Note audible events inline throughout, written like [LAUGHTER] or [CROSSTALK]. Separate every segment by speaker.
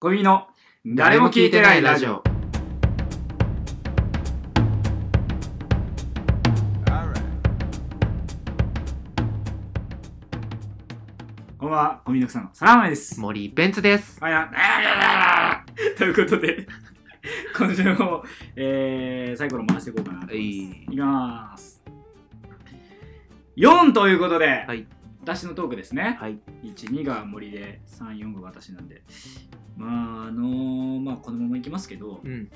Speaker 1: ゴミの誰も聞いてないラジオ。こんばんは、ゴミの草のサラマメです。
Speaker 2: 森ベンツです。
Speaker 1: はいなということで、 [LAUGHS] 今週も、えー、サイコロ回していこうかなと思います。いきます。4ということで、
Speaker 2: はい
Speaker 1: 私のトークですね。
Speaker 2: はい。
Speaker 1: 12が森で34が私なんでまああのーまあこのままいきますけど
Speaker 2: うん。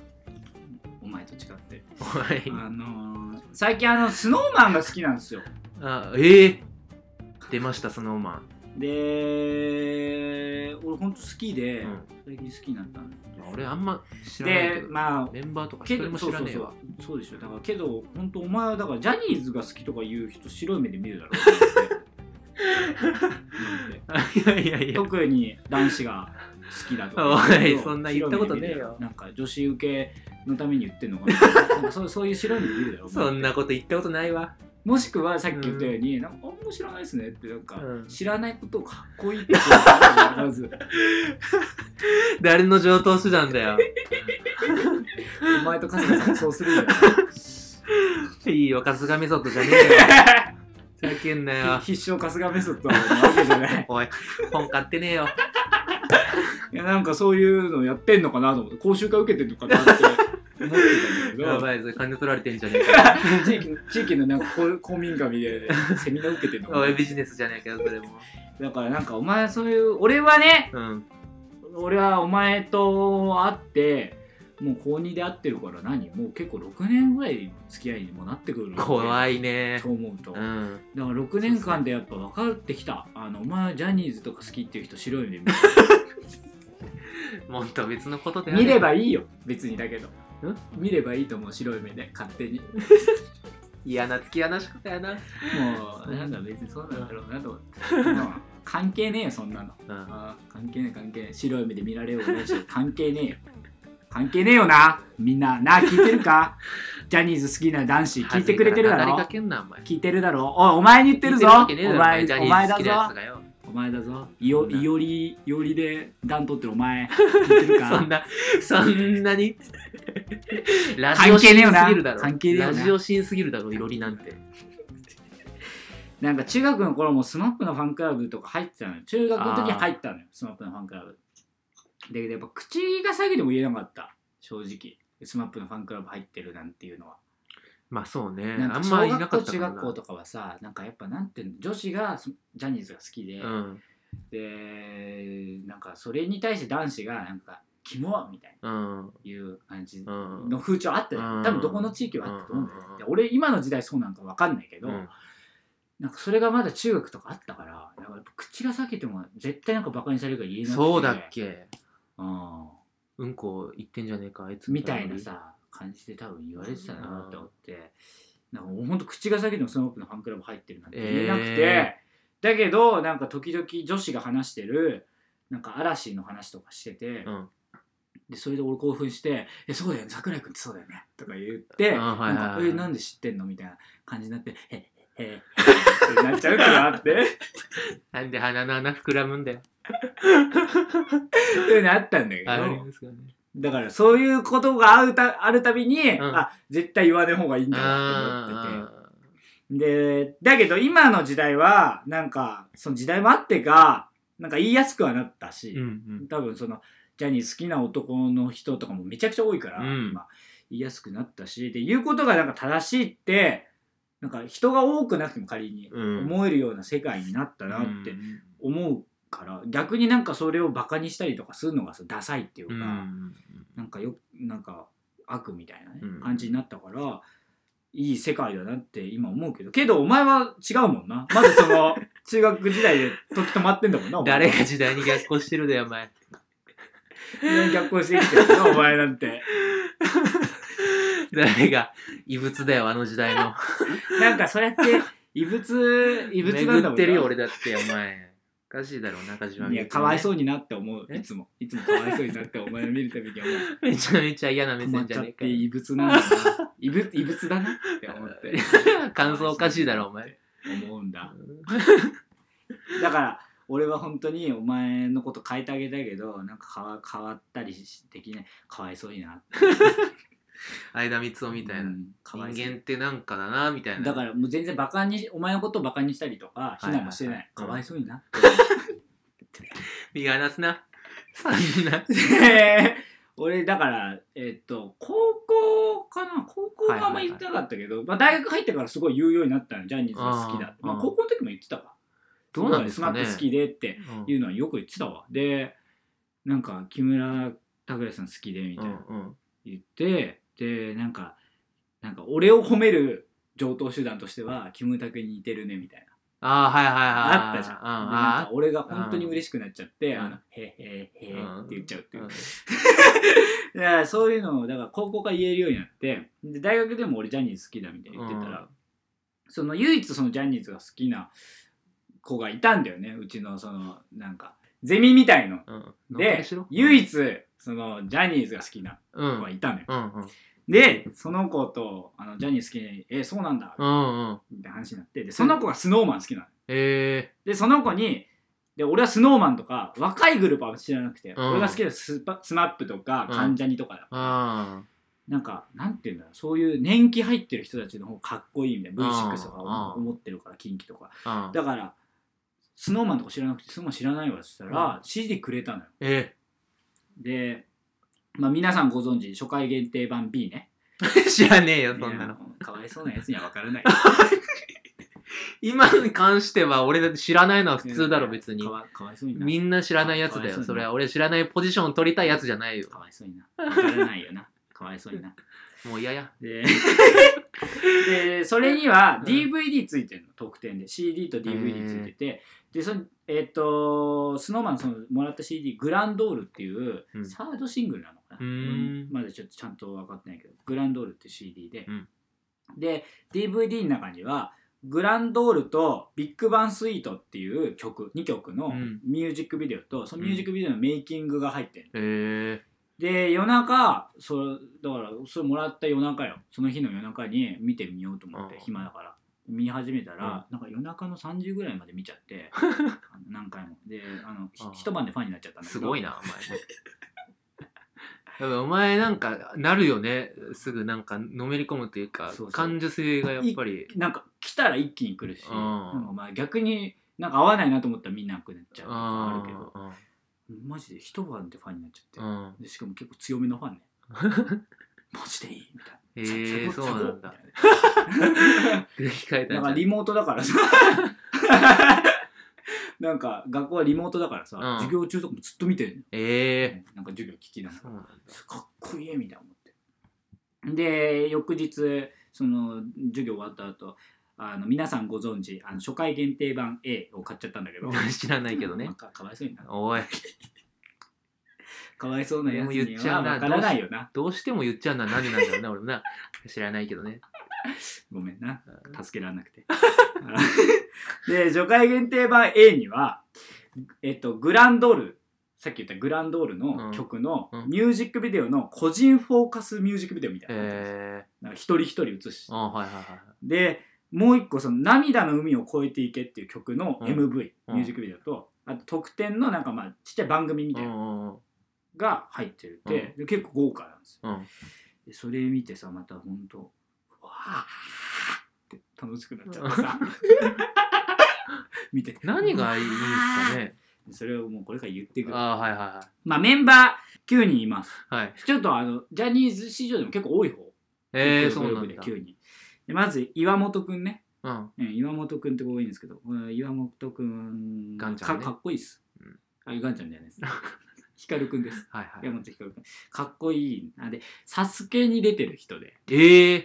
Speaker 1: お前と違って
Speaker 2: はい
Speaker 1: あ。のー最近あのスノーマンが好きなんですよ
Speaker 2: あ、ええ出ました、スノーマン。
Speaker 1: で俺ほんと好きで、
Speaker 2: うん
Speaker 1: 最近好きになったんですよ
Speaker 2: 俺あんま知らないけ
Speaker 1: で
Speaker 2: ど。
Speaker 1: まあ
Speaker 2: メンバーとか
Speaker 1: け
Speaker 2: 一人
Speaker 1: ど
Speaker 2: も
Speaker 1: そう
Speaker 2: 知ら
Speaker 1: そう
Speaker 2: ねえ
Speaker 1: そ
Speaker 2: わ
Speaker 1: う。そうでしょだからけど本当お前はだからジャニーズが好きとか言う人白い目で見るだろうなってなんで
Speaker 2: いやい [LAUGHS] やいや。
Speaker 1: 特に男子が好きだとか
Speaker 2: [LAUGHS] おいそんな言ったことねえよ
Speaker 1: なんか女子受けのために言ってんの
Speaker 2: [LAUGHS]
Speaker 1: かななんかそうそういう白い目で見るだろ
Speaker 2: そんなこと言ったことないわ。
Speaker 1: もしくはさっき言ったように、なんかあんま知らないですねってなんか、
Speaker 2: うん
Speaker 1: 知らないことをかっこいいって言うまず
Speaker 2: 誰の上等手段だよ。
Speaker 1: お前と春日さんそうするよ
Speaker 2: [LAUGHS]
Speaker 1: ね
Speaker 2: いいよ、春日メソッドじゃねえよ。ふざけんなよ。
Speaker 1: ひ必勝春日メソッドなわけじゃない
Speaker 2: おい、本買ってねえ [LAUGHS] よ。
Speaker 1: いやなんかそういうのやってんのかなと思って講習会受けてんのかなって思ってたんだ
Speaker 2: や
Speaker 1: けど
Speaker 2: ばいぞ、金取られてんじゃねえか。
Speaker 1: 地域の地域のなんか公公民館みたいでセミナー受けてんのか
Speaker 2: お、
Speaker 1: ない
Speaker 2: ビジネスじゃねえかよ、それも。
Speaker 1: だからなんかお前そういう俺はね
Speaker 2: うん。
Speaker 1: 俺はお前と会ってもう高2で会ってるから何もう結構6年ぐらい付き合いにもなってくるい
Speaker 2: 怖いね
Speaker 1: と思うと、
Speaker 2: う
Speaker 1: だか
Speaker 2: ん。
Speaker 1: ら6年間でやっぱ分かってきたあのお前はジャニーズとか好きっていう人白い目で見る
Speaker 2: もっと別のことであ
Speaker 1: 見ればいいよ別にだけど
Speaker 2: ん
Speaker 1: 見ればいいと思う白い目で勝手にも
Speaker 2: 嫌な付き合いなし方やな。
Speaker 1: うなんだ別にそうなんだろうなと思って、まあ関係ねえよそんなの
Speaker 2: うん。
Speaker 1: あー関係ねえ関係ねえ白い目で見られようがないし関係ねえよ関係ねえよなみんななあ聞いてるかジャニーズ好きな男子聞いてくれてるだ
Speaker 2: 恥ずいからなだ
Speaker 1: ろ
Speaker 2: りかけんな、お前。
Speaker 1: 聞いてるだろおいお前に言ってるぞ
Speaker 2: 聞いてるわけねえだ
Speaker 1: お
Speaker 2: ろ
Speaker 1: 前
Speaker 2: ジャ
Speaker 1: お
Speaker 2: ニー
Speaker 1: 前
Speaker 2: ズ好
Speaker 1: だ
Speaker 2: きなやつ
Speaker 1: ぞ
Speaker 2: がよ。
Speaker 1: お前だぞいよ
Speaker 2: そんない
Speaker 1: よりいよりで段取ってるお前聞いてる
Speaker 2: そん
Speaker 1: か
Speaker 2: な、そんな
Speaker 1: [LAUGHS]
Speaker 2: にラジオシーンすぎるだろ。
Speaker 1: 関係ねえよな
Speaker 2: ラジオシーンすぎるだろ、いろりなんて。
Speaker 1: なんか中学の頃もスマップのファンクラブとか入ってたのよ中学の時入ったのよスマップのファンクラブだけどやっぱ口が下げても言えなかった正直スマップのファンクラブ入ってるなんていうのは
Speaker 2: まあそうね。
Speaker 1: なんか
Speaker 2: あんま
Speaker 1: 小
Speaker 2: いな
Speaker 1: 学校
Speaker 2: かった
Speaker 1: 中
Speaker 2: から
Speaker 1: 学
Speaker 2: な。
Speaker 1: 校とかはさなんかやっぱなんていうの女子がそジャニーズが好きで、
Speaker 2: うん。
Speaker 1: でなんかそれに対して男子がなんか「キモ!」みたい
Speaker 2: うん。
Speaker 1: ないう感じ
Speaker 2: うん。
Speaker 1: の風潮あったよ、
Speaker 2: うん
Speaker 1: 多分どこの地域はあったと思うんだよね、
Speaker 2: うん
Speaker 1: で俺今の時代そうなんかわかんないけど、
Speaker 2: うん
Speaker 1: なんかそれがまだ中学とかあったからなんかやっぱ口が裂けても絶対なんかバカにされるから言えなくて
Speaker 2: そうだっけ
Speaker 1: うん
Speaker 2: うんこ言ってんじゃねえか、あいつ。
Speaker 1: みたいな。さ感じで多分言われてたなって思って、なんかもうほんと口が裂けてもその奥のファンクラブ入ってるなんて言えなくて、
Speaker 2: え
Speaker 1: だけどなんか時々女子が話してるなんか嵐の話とかしてて、
Speaker 2: うん。
Speaker 1: でそれで俺興奮して「えそうだよね桜井君ってそうだよね」とか言って「
Speaker 2: あはいはいはい
Speaker 1: なんかえなんで知ってんの?」みたいな感じになって「へっへっへっ」ってなっちゃうからって
Speaker 2: なんで鼻の穴膨らむんだよ。
Speaker 1: ってなったんだけ
Speaker 2: ああり
Speaker 1: ど
Speaker 2: ますよね。
Speaker 1: だからそういうことがあるたあるたびに、
Speaker 2: ん
Speaker 1: あ絶対言わない方がいいんだなって思ってて。
Speaker 2: あ
Speaker 1: で、だけど今の時代は、なんか、その時代もあってか、なんか言いやすくはなったし、
Speaker 2: ー。うんうん。
Speaker 1: 多分その、ジャニー好きな男の人とかもめちゃくちゃ多いから、
Speaker 2: うん
Speaker 1: 今、言いやすくなったし、で、言うことがなんか正しいって、なんか人が多くなくても仮に
Speaker 2: うん。
Speaker 1: 思えるような世界になったなって
Speaker 2: うん
Speaker 1: 思うから、逆になんかそれをバカにしたりとかするのがさ、ダサいっていう
Speaker 2: う
Speaker 1: か、
Speaker 2: んうん
Speaker 1: なんかよなんか悪みたいな、ね
Speaker 2: うん
Speaker 1: 感じになったからいい世界だなって今思うけどけどお前は違うもんなまずそ
Speaker 2: [LAUGHS]
Speaker 1: の中学時代で時止まってんだもんなお前
Speaker 2: 誰が時代に逆行してるだよ、お前。
Speaker 1: 逆行してきてる
Speaker 2: [LAUGHS]
Speaker 1: なお前なんて
Speaker 2: 誰が異物だよ、あの時代の。
Speaker 1: なんかそれって異物 [LAUGHS] 異物なんだもんな
Speaker 2: 巡ってるよ、俺だって、お前。おかしいだろ、中島。
Speaker 1: いやかわいそううになって思う
Speaker 2: え
Speaker 1: いつもいつもかわいそうになってお前を見るたびに思う
Speaker 2: めちゃめちゃ嫌な目
Speaker 1: 止ま
Speaker 2: 線
Speaker 1: っ
Speaker 2: じ
Speaker 1: ちゃ
Speaker 2: ゃ
Speaker 1: っ
Speaker 2: ねえか
Speaker 1: て異物なんだ
Speaker 2: [LAUGHS]
Speaker 1: な異物異物だなって思って
Speaker 2: [LAUGHS] よ。感想おかしいだろ、お前。
Speaker 1: 思うんだだから俺は本当にお前のこと変えてあげたいけどなんか変わ変わったりしできないかわいそうになって
Speaker 2: 相田みつをみたいな、
Speaker 1: うんかわいそう
Speaker 2: 人間ってなんかだなみたいな
Speaker 1: だからもう全然バカにお前のことをバカにしたりとか
Speaker 2: い
Speaker 1: 非難もしてない、
Speaker 2: はい
Speaker 1: かわいそうになって
Speaker 2: 身が離
Speaker 1: [LAUGHS]
Speaker 2: すなそんな
Speaker 1: で [LAUGHS] 俺だからえっと高校かな高校はあんま
Speaker 2: はいはいはい
Speaker 1: 行ってなかったけど、まあ、大学入ってからすごい言うようになったのジャニーズが好きだって
Speaker 2: あー
Speaker 1: まあ、
Speaker 2: あー
Speaker 1: 高校の時も言ってたか
Speaker 2: どうなんですか
Speaker 1: スマ
Speaker 2: ね
Speaker 1: ップ好きでって
Speaker 2: うん
Speaker 1: いうのはよく言ってたわでなんか木村拓哉さん好きでみたいな
Speaker 2: うんうん
Speaker 1: 言って、でなんかなんか俺を褒める上等手段としてはキムタクに似てるねみたいな
Speaker 2: ああはいはいはい
Speaker 1: あったじゃん。でなんか
Speaker 2: あ
Speaker 1: 俺が本当に嬉しくなっちゃって、
Speaker 2: うん
Speaker 1: あのへへへって言っちゃうっていうう。
Speaker 2: ん
Speaker 1: いやそういうのをだから高校から言えるようになってで大学でも俺ジャニーズ好きだみたいに言ってたら、
Speaker 2: うん
Speaker 1: その唯一そのジャニーズが好きな子がいたんだよねうちのそのなんかゼミみたいの。
Speaker 2: うん
Speaker 1: で唯
Speaker 2: 一
Speaker 1: 一そのジャニーズが好きな
Speaker 2: うんう
Speaker 1: 子
Speaker 2: ん
Speaker 1: がいたのよ。
Speaker 2: うん
Speaker 1: でその子とあのジャニーズ好きに「えそうなんだ」
Speaker 2: うんうん
Speaker 1: みたいな話になってでその子がスノーマン好きなの。
Speaker 2: え
Speaker 1: でその子にで俺はスノーマンとか若いグループは知らなくて、
Speaker 2: うん
Speaker 1: 俺が好きなスパスマップとか
Speaker 2: うん
Speaker 1: 関ジャニとかだ、
Speaker 2: ーああ
Speaker 1: なんかなんていうんだろうそういう年季入ってる人たちの方がかっこいいみたいな V6 とか
Speaker 2: うん
Speaker 1: 思ってるから近畿とか
Speaker 2: ああ
Speaker 1: だからスノーマンとか知らなくてスノーマン知らないわって言ったら CD くれたのよ
Speaker 2: え
Speaker 1: で、まあ、皆さんご存知初回限定版 B ね [LAUGHS]
Speaker 2: ー知らねえよそんなの
Speaker 1: いやかわいそうなやつには分からない
Speaker 2: 今に関しては俺だって知らないの [LAUGHS] は普通だろ別に
Speaker 1: かわかわいそうにな
Speaker 2: みんな知らないやつだ
Speaker 1: かわいそう
Speaker 2: よ
Speaker 1: に
Speaker 2: それは俺知らないポジション取りたいやつじゃないよ
Speaker 1: かわいそうにな分からないよなかわいそうにな
Speaker 2: もう嫌や
Speaker 1: ででそれには
Speaker 2: うん
Speaker 1: DVD ついてるの特典で CD と DVD ついててでそのえっ、とスノーマンそのもらった CD「グランドール」っていう
Speaker 2: うん
Speaker 1: サードシングルなのかな、
Speaker 2: うーん
Speaker 1: まだちょっとちゃんと分かってないけど「グランドール」っていう CD で、
Speaker 2: うん
Speaker 1: で DVD の中には「グランドール」と「ビッグバンスイート」っていう曲2曲の
Speaker 2: うん
Speaker 1: ミュージックビデオとそのミュージックビデオのメイキングが入ってる
Speaker 2: え
Speaker 1: で夜中それだからそれもらった夜中よその日の夜中に見てみようと思って
Speaker 2: うん
Speaker 1: 暇だから見始めたら、なんか夜中の3時ぐらいまで見ちゃって
Speaker 2: [LAUGHS]
Speaker 1: あの何回もであのひ
Speaker 2: うん
Speaker 1: 一晩でファンになっちゃったんだけ
Speaker 2: す
Speaker 1: ど
Speaker 2: ごいなお前ね多分お前なんかなるよねすぐなんかのめり込むというか
Speaker 1: そうそう
Speaker 2: 感受性がやっぱり
Speaker 1: なんか来たら一気に来るし、
Speaker 2: うん
Speaker 1: なんかまあ逆になんか合わないなと思ったら見なくなっちゃうとかあるけどマジで一晩でファンになっち
Speaker 2: うんう
Speaker 1: ゃって、
Speaker 2: んうん
Speaker 1: でしかも結構強めのファ
Speaker 2: [LAUGHS]
Speaker 1: ンねマジでいいみたいな。
Speaker 2: え
Speaker 1: 最
Speaker 2: ー、
Speaker 1: 高
Speaker 2: そうなんだ。
Speaker 1: 最高みたい
Speaker 2: [LAUGHS]
Speaker 1: な
Speaker 2: で控えた
Speaker 1: なんん
Speaker 2: じ
Speaker 1: か
Speaker 2: ゃん
Speaker 1: リモートだからさなんか学校はリモートだからさ、
Speaker 2: うん
Speaker 1: 授業中とかもずっと見てる
Speaker 2: え
Speaker 1: なんか授業聞きな
Speaker 2: ー、
Speaker 1: がら
Speaker 2: そうなんだ。
Speaker 1: かっこいいみたいな思ってで翌日その授業終わった後あの皆さんご存知あの初回限定版 A を買っちゃったんだけど
Speaker 2: [LAUGHS] 知らないけどね
Speaker 1: まあかかわいそうにな
Speaker 2: おい、
Speaker 1: かわいそうなやつ
Speaker 2: でも言
Speaker 1: に
Speaker 2: っちゃ
Speaker 1: は
Speaker 2: うな
Speaker 1: 分からないよな
Speaker 2: どうしても言っちゃうのは何なんだろう [LAUGHS] な、俺もな。知らないけ
Speaker 1: [LAUGHS]
Speaker 2: どね。
Speaker 1: ごめんな
Speaker 2: う
Speaker 1: 助けられなくて。で、初回限定版 A には、えっと、グランドール、さっき言ったグランドールの曲の
Speaker 2: うんうん
Speaker 1: ミュージックビデオの個人フォーカスミュージックビデオみたいな感じです。
Speaker 2: え
Speaker 1: なんか一人一人映し
Speaker 2: ー、あはいはいはい。
Speaker 1: で、もう一個、その涙の海を越えていけっていう曲の
Speaker 2: うん
Speaker 1: MV、
Speaker 2: うん
Speaker 1: ミュージックビデオと、あと特典のなんかまあちっちゃい番組み
Speaker 2: う
Speaker 1: たい
Speaker 2: ん
Speaker 1: なの
Speaker 2: うんうん
Speaker 1: が入ってるって、で結構豪華なんですよ。
Speaker 2: うん。
Speaker 1: でそれ見てさまたほんとうわーって楽しくなっちゃって
Speaker 2: [LAUGHS]
Speaker 1: さ見て
Speaker 2: 何がいいんですかね
Speaker 1: それをもうこれから言っていくる
Speaker 2: あーはいは
Speaker 1: まあメンバー9人います
Speaker 2: いはい。はい。
Speaker 1: ちょっとあのジャニーズ史上でも結構多い方
Speaker 2: えー、
Speaker 1: グ
Speaker 2: そう
Speaker 1: ル
Speaker 2: な
Speaker 1: ープ
Speaker 2: ん
Speaker 1: で
Speaker 2: だ。
Speaker 1: 9人でまず岩本くんね、
Speaker 2: うん。
Speaker 1: うん、岩本くんって多いんですけどこの岩本くん
Speaker 2: ガンちゃんね
Speaker 1: かかっこいいっす、
Speaker 2: うん
Speaker 1: あガンちゃんじゃないです
Speaker 2: [LAUGHS]
Speaker 1: ヒカルくんです
Speaker 2: はいはい。
Speaker 1: 山本ヒカルくんかっこいいあでサスケに出てる人で
Speaker 2: え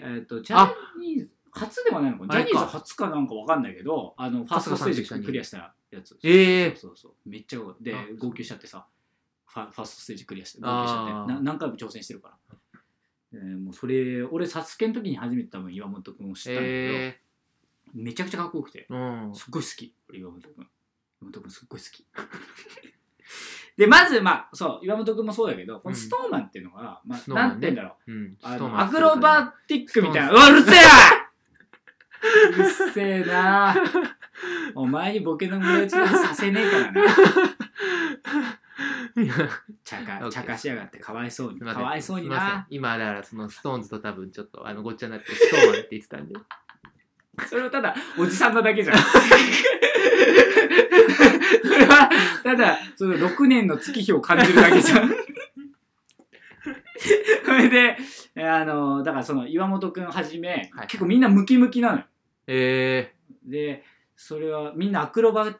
Speaker 2: ー、
Speaker 1: えっ、と、ジャニーズ、初ではないのかな
Speaker 2: あ
Speaker 1: ジ
Speaker 2: れ
Speaker 1: ャ
Speaker 2: か
Speaker 1: ニーズ初かなんかわかんないけど、あの、ファーストステージ
Speaker 2: 春日さんと一緒に
Speaker 1: クリアしたやつ。
Speaker 2: え
Speaker 1: そ
Speaker 2: え
Speaker 1: うそうそう。めっちゃ多いで
Speaker 2: あ、
Speaker 1: 号泣しちゃってさ、ファファーストステージクリアして、号泣しちゃ
Speaker 2: あ
Speaker 1: っ
Speaker 2: ー
Speaker 1: て、な何回も挑戦してるから。えーもうそれ、俺、サスケの時に初めて多分岩本くんを知ったんだけど、
Speaker 2: え
Speaker 1: めちゃくちゃかっこよくて、
Speaker 2: ー、うん。
Speaker 1: すっごい好き、俺、岩本くん。岩本くんすっごい好き。 [LAUGHS] で、まず、まあ、そう、岩本くんもそうだけど、このストーマンっていうのは、まあ、
Speaker 2: ストーマン
Speaker 1: な
Speaker 2: ね
Speaker 1: んて言うんだろう。
Speaker 2: うん。
Speaker 1: あ
Speaker 2: [LAUGHS] ストー
Speaker 1: の
Speaker 2: マ
Speaker 1: ア
Speaker 2: ン
Speaker 1: クロバティックみたいな。うわ、うるせえなうっせえ
Speaker 2: [LAUGHS]
Speaker 1: なお前にボケの無駄打ちなんてさせねえからな。
Speaker 2: いや
Speaker 1: ちゃか
Speaker 2: OK
Speaker 1: ちゃかしやがってかわいそうに
Speaker 2: すい
Speaker 1: か
Speaker 2: ません
Speaker 1: わいそうに
Speaker 2: すいません
Speaker 1: な
Speaker 2: 今だからそのストーンズと多分ちょっとあのごっちゃになってストーンって言ってたんで
Speaker 1: それはただおじさんなだけ
Speaker 2: [LAUGHS]
Speaker 1: じゃんそれはただその6年の月日を感じるだけじゃ
Speaker 2: [LAUGHS]
Speaker 1: んそれでえあのだからその岩本くんはじめ、
Speaker 2: はい
Speaker 1: 結構みんなムキムキなのよ
Speaker 2: え
Speaker 1: でそれはみんなアクロバ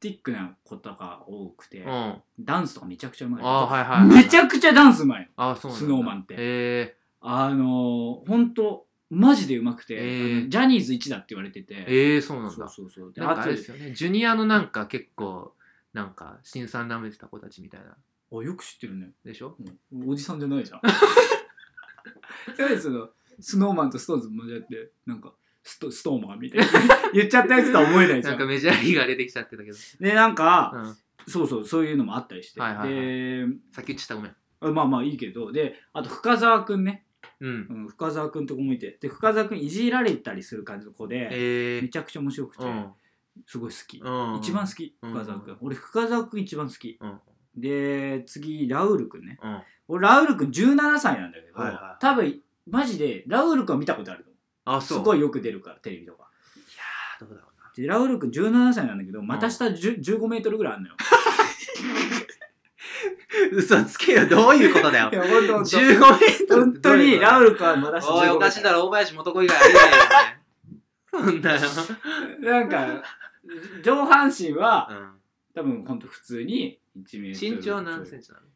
Speaker 1: ティックなことが多くて、
Speaker 2: えうん
Speaker 1: ダンスとかめちゃくちゃうまいの
Speaker 2: あはいはいはいはい
Speaker 1: めちゃくちゃダンスうまいの
Speaker 2: あそうなんだ
Speaker 1: スノーマンって
Speaker 2: え
Speaker 1: あの本当マジでうまくて、
Speaker 2: えー
Speaker 1: あのジャニーズ1だって言われてて、
Speaker 2: えええそうなん
Speaker 1: そう
Speaker 2: だ
Speaker 1: そうそうで
Speaker 2: なんかあれです
Speaker 1: あ
Speaker 2: よねジュニアのなんか結構なんか新さん舐めてた子たちみたいな
Speaker 1: とあよく知ってるね、
Speaker 2: でしょ
Speaker 1: うんおじさんじゃないじゃ
Speaker 2: [LAUGHS]
Speaker 1: んそうですよスノーマンとストーンズもじゃってなんかストストーマンみたいな [LAUGHS] 言っちゃったやつとは思えないじ
Speaker 2: な
Speaker 1: ゃん
Speaker 2: んかメジャーリーガー出てきちゃってたけど、
Speaker 1: でなんか、
Speaker 2: うん、
Speaker 1: そうそうそういうのもあったりして、
Speaker 2: はいはいはい
Speaker 1: で
Speaker 2: さっき言っちゃったごめん
Speaker 1: あまあまあいいけどであと深澤くんね、
Speaker 2: う
Speaker 1: う
Speaker 2: ん
Speaker 1: ん、深澤くんとこもいてで深澤くんいじられたりする感じの子で、
Speaker 2: え
Speaker 1: め
Speaker 2: え
Speaker 1: ちゃくちゃ面白くて、
Speaker 2: うん
Speaker 1: すごい好き、
Speaker 2: うん
Speaker 1: 一番好き
Speaker 2: うん
Speaker 1: 深澤君、ん、俺深澤君一番好き、
Speaker 2: うん
Speaker 1: で次ラウール君ね
Speaker 2: うん
Speaker 1: 俺ラウール君17歳なんだけど、
Speaker 2: はいはい
Speaker 1: 多分マジでラウール君は見たことあると思
Speaker 2: あ
Speaker 1: う
Speaker 2: そう
Speaker 1: すごいよく出るからテレビとか
Speaker 2: いやーどうだろうな
Speaker 1: でラウール君17歳なんだけど股下10 15メートルぐらいあるのよ
Speaker 2: 嘘つけよどういうことだよ
Speaker 1: いや [LAUGHS] 本当本当
Speaker 2: 15メートル
Speaker 1: 本当にラウール君は股下
Speaker 2: おい
Speaker 1: 15
Speaker 2: お
Speaker 1: メ
Speaker 2: か
Speaker 1: ー
Speaker 2: しい
Speaker 1: ト
Speaker 2: だろ大林元子以外あり
Speaker 1: [LAUGHS]
Speaker 2: えないよねそんなよ
Speaker 1: ル [LAUGHS] なんか上半身は
Speaker 2: う
Speaker 1: 多分本当普通に1メートル
Speaker 2: ん身長何センチなの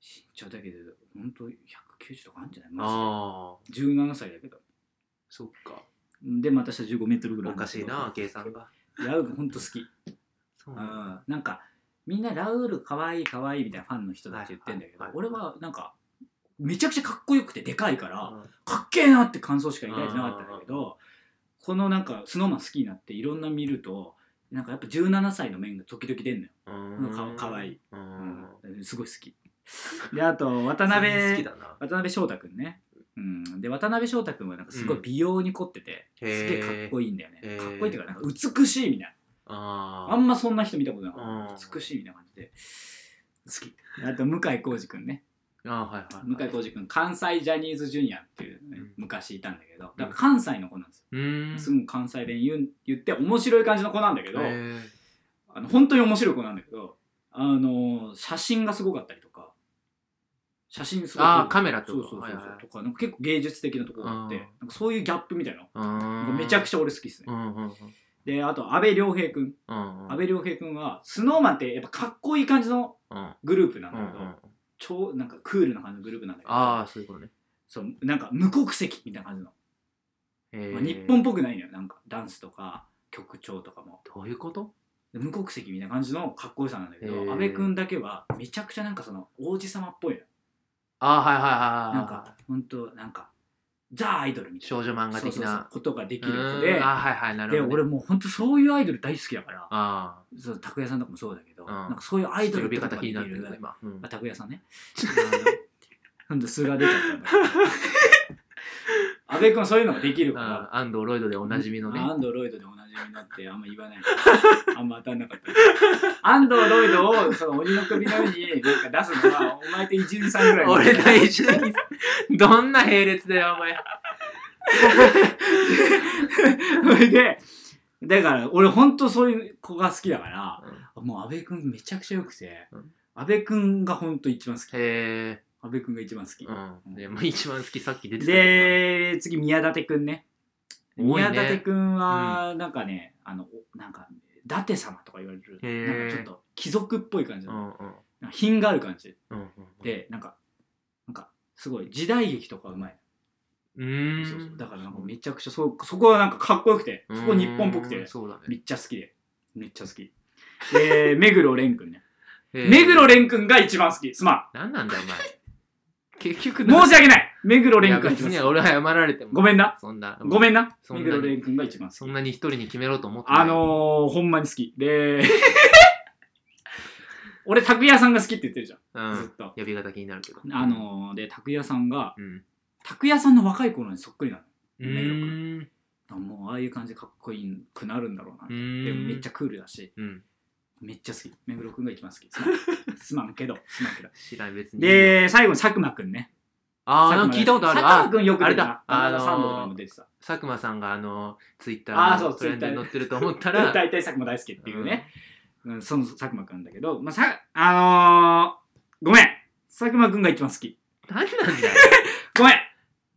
Speaker 1: 身長だけど本当190とかあるんじゃないマ
Speaker 2: ああ
Speaker 1: ジで17歳だけど
Speaker 2: そっか
Speaker 1: で、また下15メートルぐらい
Speaker 2: お
Speaker 1: あるん
Speaker 2: か
Speaker 1: だけ
Speaker 2: し
Speaker 1: ど。
Speaker 2: いな計算が
Speaker 1: ラウールほんと好き。
Speaker 2: そううんなんだ。
Speaker 1: なんか、みんなラウールかわいいかわいいみたいなファンの人たち言ってんだけど
Speaker 2: はい、はい
Speaker 1: 俺はなんか、めちゃくちゃかっこよくてでかいから、
Speaker 2: うん
Speaker 1: かっけえなって感想しか抱いてなかったんだけど、このなんか、スノーマン好きになっていろんな見ると、なんかやっぱ17歳の面が時々出んのよ。
Speaker 2: うん
Speaker 1: かかわいい。
Speaker 2: う
Speaker 1: うんんすごい好き。で、あと、渡
Speaker 2: 好き
Speaker 1: 辺、
Speaker 2: だな
Speaker 1: 渡辺翔太くんね。うん、で、渡辺翔太くんはなんかすごい美容に凝ってて、
Speaker 2: うん
Speaker 1: すげえかっこいいんだよね。
Speaker 2: へー
Speaker 1: かっこいいっていうか、なんか美しいみたいな。
Speaker 2: あ
Speaker 1: あんまそんな人見たことなか
Speaker 2: あ
Speaker 1: った。美しいみたいな感じで。好き。あと、向井康二くんね。
Speaker 2: ああはいはい
Speaker 1: 向井康二くん、関西ジャニーズジュニアっていうね、
Speaker 2: うん
Speaker 1: 昔いたんだけど、だから関西の子なんです
Speaker 2: うーん
Speaker 1: よ。すごい関西弁言う言って、面白い感じの子なんだけど、
Speaker 2: へえ
Speaker 1: あの本当に面白い子なんだけど、あのー写真がすごかったりとか、写真すごい撮る
Speaker 2: あーカメラって
Speaker 1: そ
Speaker 2: こ
Speaker 1: う
Speaker 2: と
Speaker 1: そうそうそう、
Speaker 2: はいはい
Speaker 1: とか、なんか結構芸術的なところがあって、
Speaker 2: うん
Speaker 1: なんかそういうギャップみたいな。なんかめ
Speaker 2: め
Speaker 1: ちゃく
Speaker 2: ち
Speaker 1: ちゃ俺好きですね。
Speaker 2: ゃうんうんうん
Speaker 1: で、あと、安倍良平くん。
Speaker 2: うんうん
Speaker 1: 安倍良平くんは、スノーマンってやっぱかっこいい感じの
Speaker 2: うん
Speaker 1: グループなん
Speaker 2: う
Speaker 1: だ
Speaker 2: ん
Speaker 1: けど、
Speaker 2: うん
Speaker 1: 超なんかクールな感じのグループなんだけど
Speaker 2: ああそういうことね
Speaker 1: そうなんか無国籍みたいな感じの、
Speaker 2: へえ
Speaker 1: まあ、日本っぽくないのよなんかダンスとか曲調とかも
Speaker 2: どういうこと
Speaker 1: で無国籍みたいな感じのかっこよさなんだけ
Speaker 2: へ
Speaker 1: ど
Speaker 2: ー
Speaker 1: 阿部君だけはめちゃくちゃなんかその王子様っぽいのよ
Speaker 2: ああはいはいはいはい
Speaker 1: なんかほんとなんかザ・アイドルみたいな
Speaker 2: 少女漫画
Speaker 1: そう
Speaker 2: 的
Speaker 1: そうそう
Speaker 2: な
Speaker 1: ことができ
Speaker 2: う
Speaker 1: る子
Speaker 2: ー
Speaker 1: で
Speaker 2: んあはいはいなる
Speaker 1: で
Speaker 2: ほどね
Speaker 1: 俺もうほんとそういうアイドル大好きだから
Speaker 2: あ
Speaker 1: その拓哉さんとかもそうだけど、
Speaker 2: ん
Speaker 1: なんかそういう
Speaker 2: あ
Speaker 1: アイドル
Speaker 2: 呼び
Speaker 1: とか
Speaker 2: 方
Speaker 1: が
Speaker 2: 気
Speaker 1: でき
Speaker 2: になって
Speaker 1: る
Speaker 2: る今うん
Speaker 1: あ、拓哉さんね。 [LAUGHS] ほんと素が出ちゃったんだけど。 [LAUGHS] 阿部君はそういうのができるから。
Speaker 2: あ安藤ロイドでおなじみのね
Speaker 1: アンドロイドでおなじみのってあんま言わないから。あんま当たんなかった。アンドロイドをその鬼の首のようになんか出すのはお前と伊集院さんぐらいの
Speaker 2: 俺大事なミス [LAUGHS] どんな並列だよお前
Speaker 1: それで、だから俺ほんとそういう子が好きだから、もう阿部君めちゃくちゃ良くて
Speaker 2: うん、
Speaker 1: 阿部君がほんと一番好き。
Speaker 2: へえ
Speaker 1: 阿部君が一番好き。
Speaker 2: うんでも一番好きさっき出てたけ
Speaker 1: で次宮舘くんね
Speaker 2: 多い
Speaker 1: 宮
Speaker 2: ね
Speaker 1: 舘くんはなんかね、あのおなんか伊達様とか言われる
Speaker 2: へー
Speaker 1: なんかちょっと貴族っぽい感じ
Speaker 2: ど
Speaker 1: の、
Speaker 2: なうんうん
Speaker 1: なんか品がある感じ
Speaker 2: うんうん
Speaker 1: でなんかなんかすごい時代劇とかうまい、
Speaker 2: うーん
Speaker 1: そうそうだからなんかめちゃくちゃそうそこはなんかかっこよくてそこ日本っぽく
Speaker 2: うー
Speaker 1: て
Speaker 2: んそうだね
Speaker 1: めっちゃ好きでめっちゃ好きで [LAUGHS] 目黒蓮くんね
Speaker 2: へえ
Speaker 1: 目黒蓮くんが一番好きすま
Speaker 2: 何なんだよお前結局
Speaker 1: ん申し訳ない目黒
Speaker 2: い
Speaker 1: 蓮
Speaker 2: や
Speaker 1: くんが一
Speaker 2: 別
Speaker 1: 番
Speaker 2: に
Speaker 1: 好
Speaker 2: 俺は謝られても
Speaker 1: ごめんな
Speaker 2: そんな
Speaker 1: きごめ
Speaker 2: ん
Speaker 1: んな
Speaker 2: そん
Speaker 1: 目
Speaker 2: な
Speaker 1: 黒蓮くんが一番好き
Speaker 2: そんなに一人に決めろと思ってない
Speaker 1: あのー、ほんまに好き。で、 [LAUGHS] 俺、拓哉さんが好きって言ってるじゃ。
Speaker 2: うん
Speaker 1: ずっ
Speaker 2: ん
Speaker 1: と。
Speaker 2: 呼び方気になるけど
Speaker 1: あのー、で、拓哉さんが、
Speaker 2: うん
Speaker 1: 拓哉さんの若い頃にそっくりなの。
Speaker 2: うーん
Speaker 1: あもうああいう感じでかっこいいくなるんだろうな、で
Speaker 2: で
Speaker 1: もめっちゃ
Speaker 2: ゃ、
Speaker 1: クールだし
Speaker 2: うん、
Speaker 1: めっちゃ好き目黒くんが一番好きすまん [LAUGHS] すまんけどすまんけど
Speaker 2: 知らん別に
Speaker 1: [LAUGHS] で最後に佐久間くんね
Speaker 2: ああなんか聞いたことある
Speaker 1: 佐久
Speaker 2: あ
Speaker 1: 間くんよく出て
Speaker 2: あれ
Speaker 1: た
Speaker 2: だ
Speaker 1: あの
Speaker 2: あのー
Speaker 1: サンドとかも出てた
Speaker 2: 佐久間さんがあのツイッ
Speaker 1: あ
Speaker 2: タ
Speaker 1: ー
Speaker 2: ー
Speaker 1: そう
Speaker 2: のトレンド
Speaker 1: Twitter
Speaker 2: に載ってると思っ
Speaker 1: [LAUGHS]
Speaker 2: たら
Speaker 1: 大体佐久間大好きっていうね、うん、その佐久間くんだけど、まあ、さあのー、ごめん佐久間くんが一番好き
Speaker 2: 何なんだよ
Speaker 1: ごめん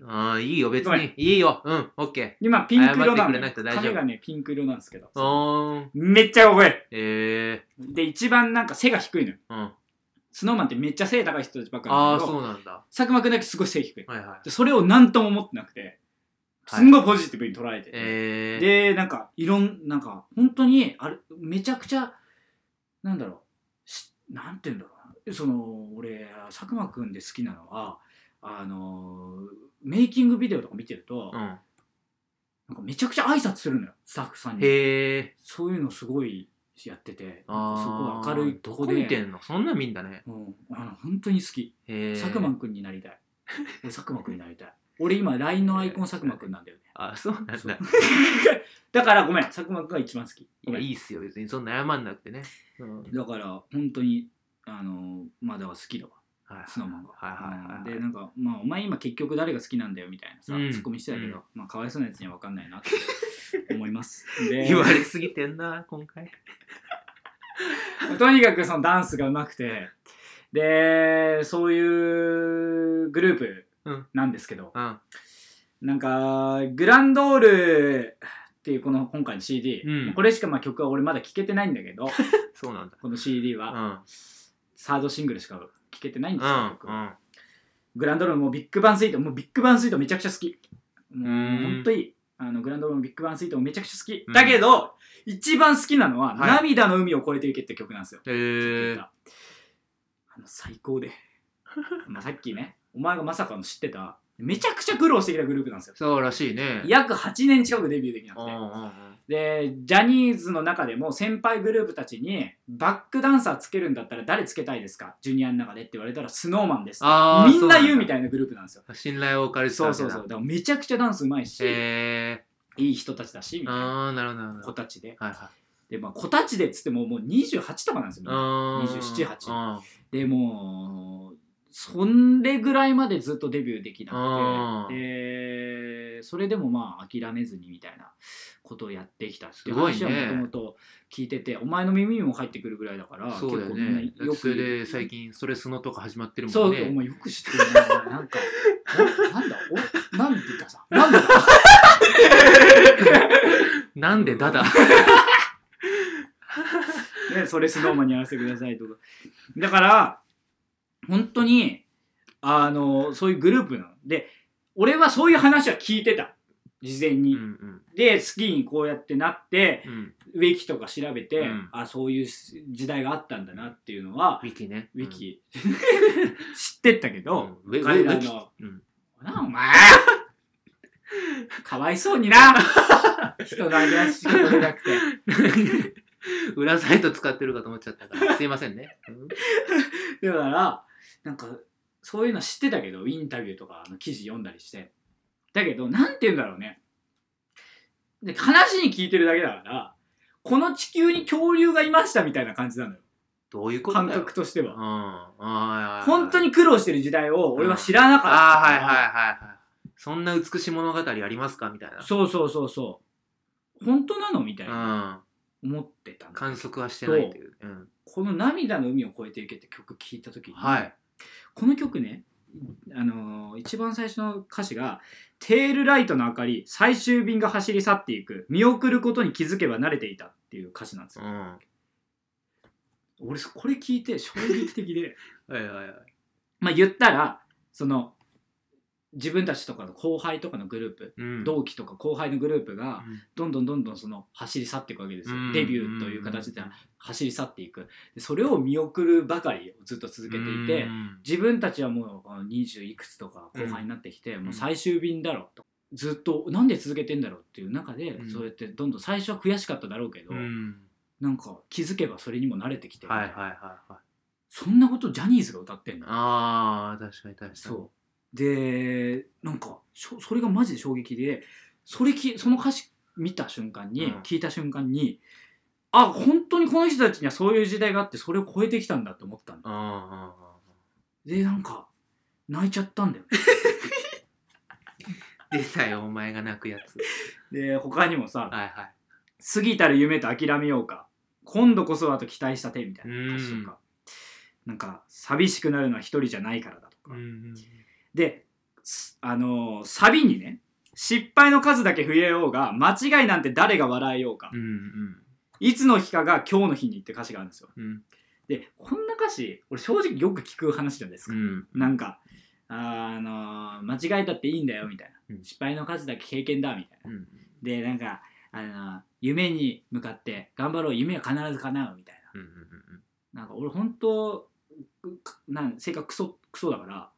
Speaker 2: ああいいよ別
Speaker 1: ごめん
Speaker 2: にいいようんオッケ
Speaker 1: 今ピンク色な
Speaker 2: 謝って
Speaker 1: ん
Speaker 2: く
Speaker 1: だ
Speaker 2: れな
Speaker 1: よ
Speaker 2: くて大丈夫
Speaker 1: 髪がねピンク色なんですけど
Speaker 2: ーあー
Speaker 1: めっちゃ覚え
Speaker 2: え
Speaker 1: で一番なんか背が低いのよ
Speaker 2: ー、うん
Speaker 1: スノーマンってめっちゃ背高い人たちばっかりなん
Speaker 2: ああ
Speaker 1: だけ
Speaker 2: そ
Speaker 1: ど
Speaker 2: うなんだ
Speaker 1: 佐久間くんだけすごい背低い
Speaker 2: はいはい
Speaker 1: でそれを何とも思ってなくて
Speaker 2: はい
Speaker 1: すんごいポジティブに捉えてて、
Speaker 2: えー、
Speaker 1: でなんかいろんなんか本当にあれめちゃくちゃなんだろうしなんて言うんだろうなその俺佐久間くんで好きなのはあのメイキングビデオとか見てると、
Speaker 2: うん
Speaker 1: なんかめちゃくちゃ挨拶するのよスタッフさんに
Speaker 2: へえ
Speaker 1: そういうのすごいやっててなん
Speaker 2: あ
Speaker 1: か
Speaker 2: ー
Speaker 1: そこは明るいとこ
Speaker 2: どこ見て
Speaker 1: で
Speaker 2: んのそんな見んだね
Speaker 1: うん、あの本当に好き、
Speaker 2: へえ
Speaker 1: 佐久間くんになりたい俺佐久間くんになりたい俺今 LINE のアイコン佐久間くんなんだよね
Speaker 2: あそうなん
Speaker 1: そう
Speaker 2: [LAUGHS] だ
Speaker 1: だからごめん佐久間くんが一番好き
Speaker 2: い
Speaker 1: ご
Speaker 2: や
Speaker 1: めん
Speaker 2: いいっすよ別にそんな謝んなくてね、うん、
Speaker 1: だから本当にあのまあだから好きだわ
Speaker 2: はい
Speaker 1: スノーマンが、
Speaker 2: はいはいはいはい
Speaker 1: でなんか、まあ「お前今結局誰が好きなんだよ」みたいなさ、
Speaker 2: うん
Speaker 1: ツッコミしてたけど、
Speaker 2: うん
Speaker 1: まあかわいそうなやつには分かんないなって思い
Speaker 2: [LAUGHS]
Speaker 1: ますで
Speaker 2: 言われすぎてんな今回
Speaker 1: とにかくそのダンスがうまくてでそういうグルー
Speaker 2: うん
Speaker 1: プなんですけど、
Speaker 2: うん
Speaker 1: なんかグランドールっていうこの今回の CD、
Speaker 2: うん
Speaker 1: これしかまあ曲は俺まだ聴けてないんだけど
Speaker 2: そうなんだ
Speaker 1: この CD
Speaker 2: う [LAUGHS]
Speaker 1: は、
Speaker 2: ん
Speaker 1: サードシングルしか聴けてないんで
Speaker 2: う
Speaker 1: すよ、
Speaker 2: ん
Speaker 1: 僕
Speaker 2: う
Speaker 1: は
Speaker 2: ん
Speaker 1: グランドロールもビッグバンスイートもうビッグバンスイートめちゃくちゃ好きも
Speaker 2: う
Speaker 1: うん本当にあのグランドロールもビッグバンスイートもめちゃくちゃ好き、
Speaker 2: うん
Speaker 1: だけど一番好きなのは「
Speaker 2: はい
Speaker 1: 涙の海を越えていけ」って曲なんですよ、
Speaker 2: へえ
Speaker 1: あの最高でまあさっきねお前がまさかの知ってためちゃくちゃ苦労してきたグループなんですよ
Speaker 2: そうらしいね
Speaker 1: 約8年近くデビューできな
Speaker 2: う
Speaker 1: く
Speaker 2: ん
Speaker 1: て
Speaker 2: うんうん
Speaker 1: でジャニーズの中でも先輩グループたちにバックダンサーつけるんだったら誰つけたいですかジュニアの中でって言われたらスノーマンです
Speaker 2: あー
Speaker 1: みんな言うみ
Speaker 2: い
Speaker 1: たいなグループなんですよ
Speaker 2: な信頼を借りてた
Speaker 1: そ
Speaker 2: わ
Speaker 1: う
Speaker 2: け
Speaker 1: そ
Speaker 2: だ
Speaker 1: うそうだからめちゃくちゃダンスうまいし、
Speaker 2: へえ
Speaker 1: いい人たちだしみたいな
Speaker 2: ああなるほどなる
Speaker 1: 子
Speaker 2: ほど
Speaker 1: たちで
Speaker 2: はいはい
Speaker 1: で、まあ、子たちでっつってももう28とかなんですよみんな
Speaker 2: あー
Speaker 1: 27 8
Speaker 2: うん
Speaker 1: でもうそれぐらいまでずっとデビューできなく
Speaker 2: う
Speaker 1: てでそれでもまあ諦めずにみたいなことをやってきたっていう
Speaker 2: すごいね
Speaker 1: 話はもともと聞いててお前の耳にも入ってくるぐらいだから
Speaker 2: そうだ
Speaker 1: 結
Speaker 2: よ
Speaker 1: 構み
Speaker 2: ね
Speaker 1: ん。な
Speaker 2: 学
Speaker 1: よく
Speaker 2: 生で最近ストレスのとか始まってる
Speaker 1: そ
Speaker 2: も
Speaker 1: うん
Speaker 2: ね。
Speaker 1: お前よく知ってるなお前なんかななんだおなんでださなんでだ
Speaker 2: [LAUGHS] なんでダダ
Speaker 1: ね、それスノーマンにやらせてくださいとか。だから、本当に、あの、そういうグループなの。で、俺はそういう話は聞いてた。事前
Speaker 2: うん
Speaker 1: に。
Speaker 2: うん
Speaker 1: で、好きにこうやってなって、
Speaker 2: うん。
Speaker 1: ウィキとか調べて、
Speaker 2: うん
Speaker 1: あ、そういう時代があったんだなっていうのは
Speaker 2: ウ、ィキね。
Speaker 1: ウィキ、 [LAUGHS] 知ってったけ
Speaker 2: うん。う
Speaker 1: ど
Speaker 2: ん、ウィウ
Speaker 1: 彼
Speaker 2: ィウ
Speaker 1: ら
Speaker 2: ィキ。
Speaker 1: の、
Speaker 2: うん
Speaker 1: なあお前かわいそうにな人の揚げ足しか取れなくて。
Speaker 2: [LAUGHS] 裏サイト使ってるかと思っちゃっ
Speaker 1: [LAUGHS]
Speaker 2: たから。すいませんね。うん
Speaker 1: だからなんかそういうの知ってたけどインタビューとかの記事読んだりしてだけどなんて言うんだろうねで話に聞いてるだけだからこの地球に恐竜がいましたみたいな感じなのよ
Speaker 2: どういうことだ
Speaker 1: 感
Speaker 2: よ。
Speaker 1: 覚として
Speaker 2: うん。
Speaker 1: は
Speaker 2: あー
Speaker 1: 本当。に苦労してる時代を俺は知らなかった
Speaker 2: ああー、
Speaker 1: か
Speaker 2: はい
Speaker 1: ら、
Speaker 2: はいはいはい。そんな美しい物語ありますかみたいな。
Speaker 1: そうそうそうそう本当なのみたいな
Speaker 2: うん。
Speaker 1: 思ってたの
Speaker 2: 観測はしてないという。うん。
Speaker 1: この「涙の海を越えていけ」って曲聞いた時に、
Speaker 2: はい。
Speaker 1: この曲ね、あのー一番最初の歌詞が「テールライトの明かり最終便が走り去っていく見送ることに気づけば慣れていた」っていう歌詞なんです
Speaker 2: う
Speaker 1: よ。
Speaker 2: ん。は
Speaker 1: 俺これ聞いて衝撃的で [LAUGHS]
Speaker 2: いはいはい。
Speaker 1: まあ言ったらその自分たちとかの後輩とかのグループ、
Speaker 2: うん
Speaker 1: 同期とか後輩のグループ
Speaker 2: う
Speaker 1: が
Speaker 2: ん
Speaker 1: どんどんどんどんその走り去っていくわけですよ、
Speaker 2: うん
Speaker 1: デビューという形で走り去っていくでそれを見送るばかりをずっと続けていて、
Speaker 2: うん
Speaker 1: 自分たちはもうあの20いくつとか後輩になってきて、もう最終便だろうとずっとなんで続けてんだろうっていう中で、
Speaker 2: うん
Speaker 1: そうやってどんどん最初は悔しかっただろうけど、
Speaker 2: うん。
Speaker 1: なんか気づけばそれにも慣れてきてみたい
Speaker 2: はい
Speaker 1: な、
Speaker 2: はいはいはい。
Speaker 1: そんなことジャニーズが歌ってんの
Speaker 2: ああ、確かに確かに。
Speaker 1: そうでなんかしょそれがマジで衝撃でそれきその歌詞見た瞬間に、
Speaker 2: うん
Speaker 1: 聞いた瞬間にあ本当にこの人たちにはそういう時代があってそれを超えてきたんだって思ったんだ
Speaker 2: うんうんうん
Speaker 1: でなんか泣いちゃったんだよ
Speaker 2: [LAUGHS] 出たよお前が泣くや [LAUGHS] つ
Speaker 1: ねで他にもさ
Speaker 2: はいはい
Speaker 1: 「過ぎたる夢と諦めようか今度こそはと期待したて」みたいな歌詞とかなんか「寂しくなるのは一人じゃないからだ」とか、
Speaker 2: ん
Speaker 1: ですあのーサビにね失敗の数だけ増えようが間違いなんて誰が笑えようか、
Speaker 2: うんうん
Speaker 1: いつの日かが今日の日にって歌詞があるんですよ
Speaker 2: うん
Speaker 1: でこんな歌詞俺正直よく聞く話じゃないです
Speaker 2: う
Speaker 1: か、
Speaker 2: ん
Speaker 1: なんかあのー間違えたっていいんだよみたいな、
Speaker 2: うん
Speaker 1: 失敗の数だけ経験だみたいな
Speaker 2: うん
Speaker 1: でなんかあのー夢に向かって頑張ろう夢は必ず叶うみたいな
Speaker 2: うん
Speaker 1: なんか俺本当くくなん性格クソクソだから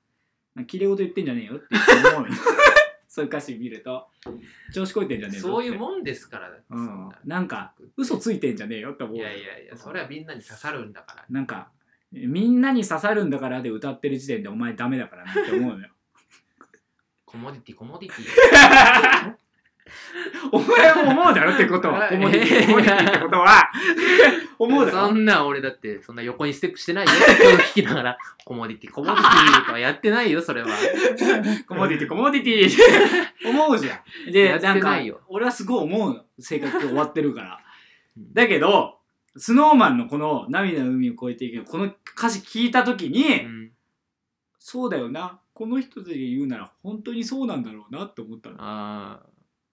Speaker 1: なんか綺麗事言ってんじゃねえよって言って思う
Speaker 2: [LAUGHS]
Speaker 1: よそういう歌詞見ると調子こいてんじゃねえよ
Speaker 2: そういう
Speaker 1: ん
Speaker 2: もんですから
Speaker 1: うんなんか嘘ついてんじゃねえよって思う
Speaker 2: い
Speaker 1: よ
Speaker 2: やいやいやそれはみんなに刺さるんだから
Speaker 1: なんかみんなに刺さるんだからで歌ってる時点でお前ダメだからなって思う
Speaker 2: [LAUGHS]
Speaker 1: のよ
Speaker 2: コモディティコモ
Speaker 1: [LAUGHS]
Speaker 2: ディティ
Speaker 1: お前も思うだろってことは
Speaker 2: [LAUGHS] えー
Speaker 1: 思うってこと
Speaker 2: [LAUGHS]
Speaker 1: は思うだ
Speaker 2: そ
Speaker 1: ろ
Speaker 2: んな俺だってそんな横にステップしてないよ [LAUGHS] これを聞きながらコモディティコモディティとはやってないよそれは
Speaker 1: [LAUGHS] コモディティコモディティって [LAUGHS] 思うじゃん
Speaker 2: や
Speaker 1: で
Speaker 2: ってな
Speaker 1: ないんか
Speaker 2: よ
Speaker 1: 俺はすごい思うの性格終わってるから
Speaker 2: うん
Speaker 1: だけど、スノーマンのこの涙の海を越えていくこの歌詞聞いたときに、
Speaker 2: うん
Speaker 1: そうだよな、この人たちが言うなら本当にそうなんだろうなって思ったの。
Speaker 2: あー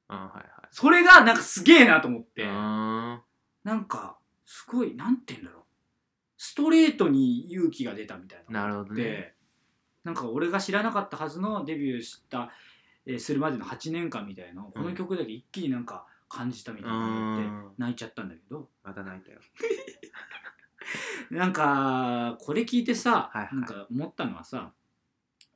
Speaker 2: あーはいはい
Speaker 1: それがなんかすげえなと思って、
Speaker 2: あ
Speaker 1: なんかすごい、なんて言うんだろう。ストレートに勇気が出たみたい
Speaker 2: ー
Speaker 1: な。
Speaker 2: なるほどね
Speaker 1: で、なんか俺が知らなかったはずのデビューした、えーするまでの8年間みたいなのをこの曲だけ一気になんか感じたみ
Speaker 2: う
Speaker 1: たいなのがあって、
Speaker 2: ん
Speaker 1: 泣いちゃったんだけど、
Speaker 2: また泣いたよ
Speaker 1: なんかこれ聞いてさ、
Speaker 2: はいはい
Speaker 1: なんか思ったのはさ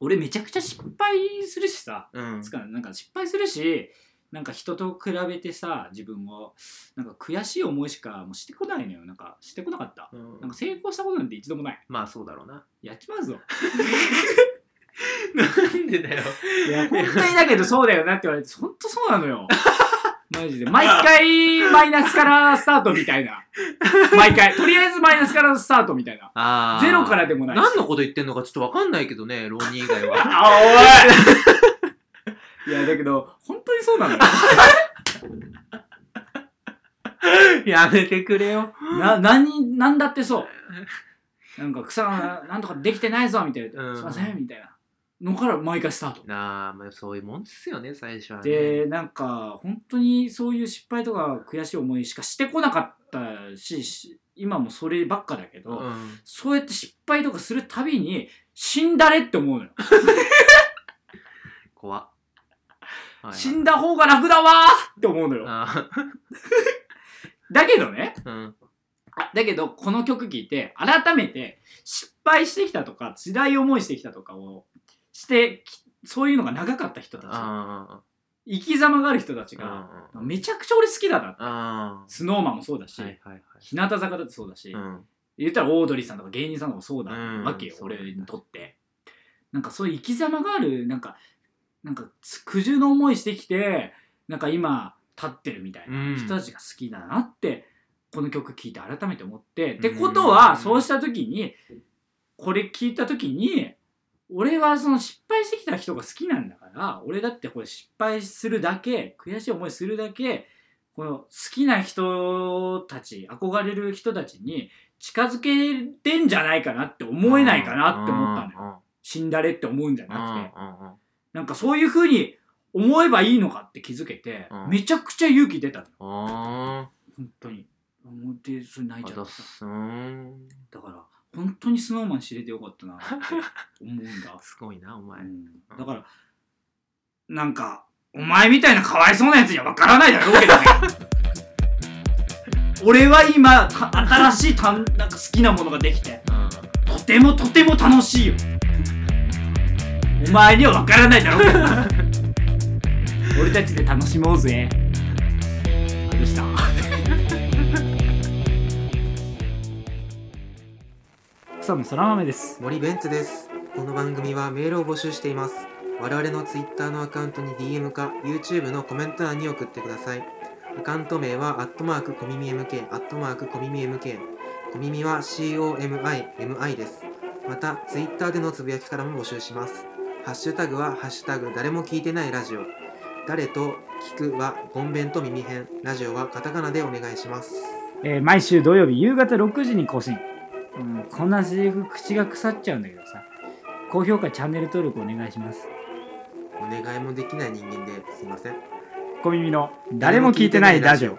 Speaker 1: 俺めちゃくちゃ失敗するしさ、
Speaker 2: うん
Speaker 1: つかなんか失敗するしなんか人と比べてさ自分をなんか悔しい思いしかもうしてこないのよなんかしてこなかった、
Speaker 2: うん
Speaker 1: なんか成功したことなんて一度もない
Speaker 2: まあそうだろうな
Speaker 1: やっちまうぞ
Speaker 2: なんでだよ
Speaker 1: いや本当にだけどそうだよなって言われて本当そうなのよマジで毎回マイナスからスタートみたいな毎回とりあえずマイナスからスタートみたいな
Speaker 2: あー
Speaker 1: ゼロからでもないし
Speaker 2: 何のこと言ってんのかちょっとわかんないけどね浪人以外
Speaker 1: [LAUGHS]
Speaker 2: は
Speaker 1: あ、おいいや、だけど、本当にそうなのよ。
Speaker 2: やめてくれよ
Speaker 1: な、何、なんだってそう。なんか、草が、なんとかできてないぞ、みたいな。
Speaker 2: うん
Speaker 1: すいません、みたいな。のから毎回スタート。
Speaker 2: なあまあそういうもんですよね最初はね
Speaker 1: で、なんか、本当にそういう失敗とか悔しい思いしかしてこなかったし、し今もそればっかだけど、
Speaker 2: うん
Speaker 1: そうやって失敗とかするたびに、死んだれって思うのよ。
Speaker 2: 怖っはいはい
Speaker 1: 死んだ方が楽だわーって思うのよ。
Speaker 2: あ
Speaker 1: だけどね、
Speaker 2: ーうん
Speaker 1: あだけど、この曲聴いて、改めて、失敗してきたとか、辛い思いしてきたとかをしてき、そういうのが長かった人たち、
Speaker 2: あ
Speaker 1: 生き様がある人たち
Speaker 2: ー
Speaker 1: が、
Speaker 2: あー
Speaker 1: めちゃくちゃ俺好きだな。
Speaker 2: あ
Speaker 1: スノーマンもそうだし、
Speaker 2: ーはいはいはい
Speaker 1: 日向坂だってそうだし、
Speaker 2: うん
Speaker 1: 言ったらオードリーさんとか芸人さんとかもそうだ
Speaker 2: うん
Speaker 1: わけよ、
Speaker 2: そう
Speaker 1: 俺にとって。なんかそういう生き様がある、なんか、なんか苦渋の思いしてきて、なんか今立ってるみたい
Speaker 2: うん
Speaker 1: な人たちが好きだなって、この曲聴いて改めて思って。って
Speaker 2: うん
Speaker 1: ことは、そうした時に、これ聴いた時に、俺はその失敗してきた人が好きなんだから、俺だってこれ失敗するだけ、悔しい思いするだけ、この好きな人たち、憧れる人たちに近づけてんじゃないかなって思えないかなって思ったんだよ。
Speaker 2: よ
Speaker 1: 死んだれって思うんじゃ
Speaker 2: うんうん
Speaker 1: なくて。
Speaker 2: うん
Speaker 1: なんかそういう風に思えばいいのかって気づけて
Speaker 2: う、ん
Speaker 1: めちゃくちゃ勇気出たの。
Speaker 2: あ
Speaker 1: 本当に。思って、それ泣い
Speaker 2: ーあ
Speaker 1: ちゃ
Speaker 2: だ
Speaker 1: っ。
Speaker 2: ったすん。
Speaker 1: だから、本当にスノーマン知れてよかったなって思うんだ
Speaker 2: [LAUGHS] すごいなお前
Speaker 1: うんだから、なんか、お前みたいなかわいそうなやつにはわからないだろうけど
Speaker 2: [LAUGHS]
Speaker 1: ね。俺は今、か新しいたんなんか好きなものができて、
Speaker 2: う
Speaker 1: とてもとても楽しいよ。お前にはわからないだろうけどな。俺たちで楽しもうぜ。あでした。草野そら豆です。
Speaker 2: ん森ベンツですこの番組はメールを募集しています我々の Twitter のアカウントに DM か YouTube のコメント欄に送ってくださいアカウント名はアットマークコミミ MK アットマークコミミ MK コミミは COMIMI ですまた Twitter でのつぶやきからも募集しますハッシュタグは「ハッシュタグ誰も聞いてないラジオ」誰と聞くはゴンベンと耳編ラジオはカタカナでお願いします
Speaker 1: えー毎週土曜日夕方6時に更新、うん、こんなセリフ口が腐っちゃうんだけどさ高評価チャンネル登録お願いします
Speaker 2: お願いもできない人間ですいません
Speaker 1: 小耳の誰も聞いてないラジオ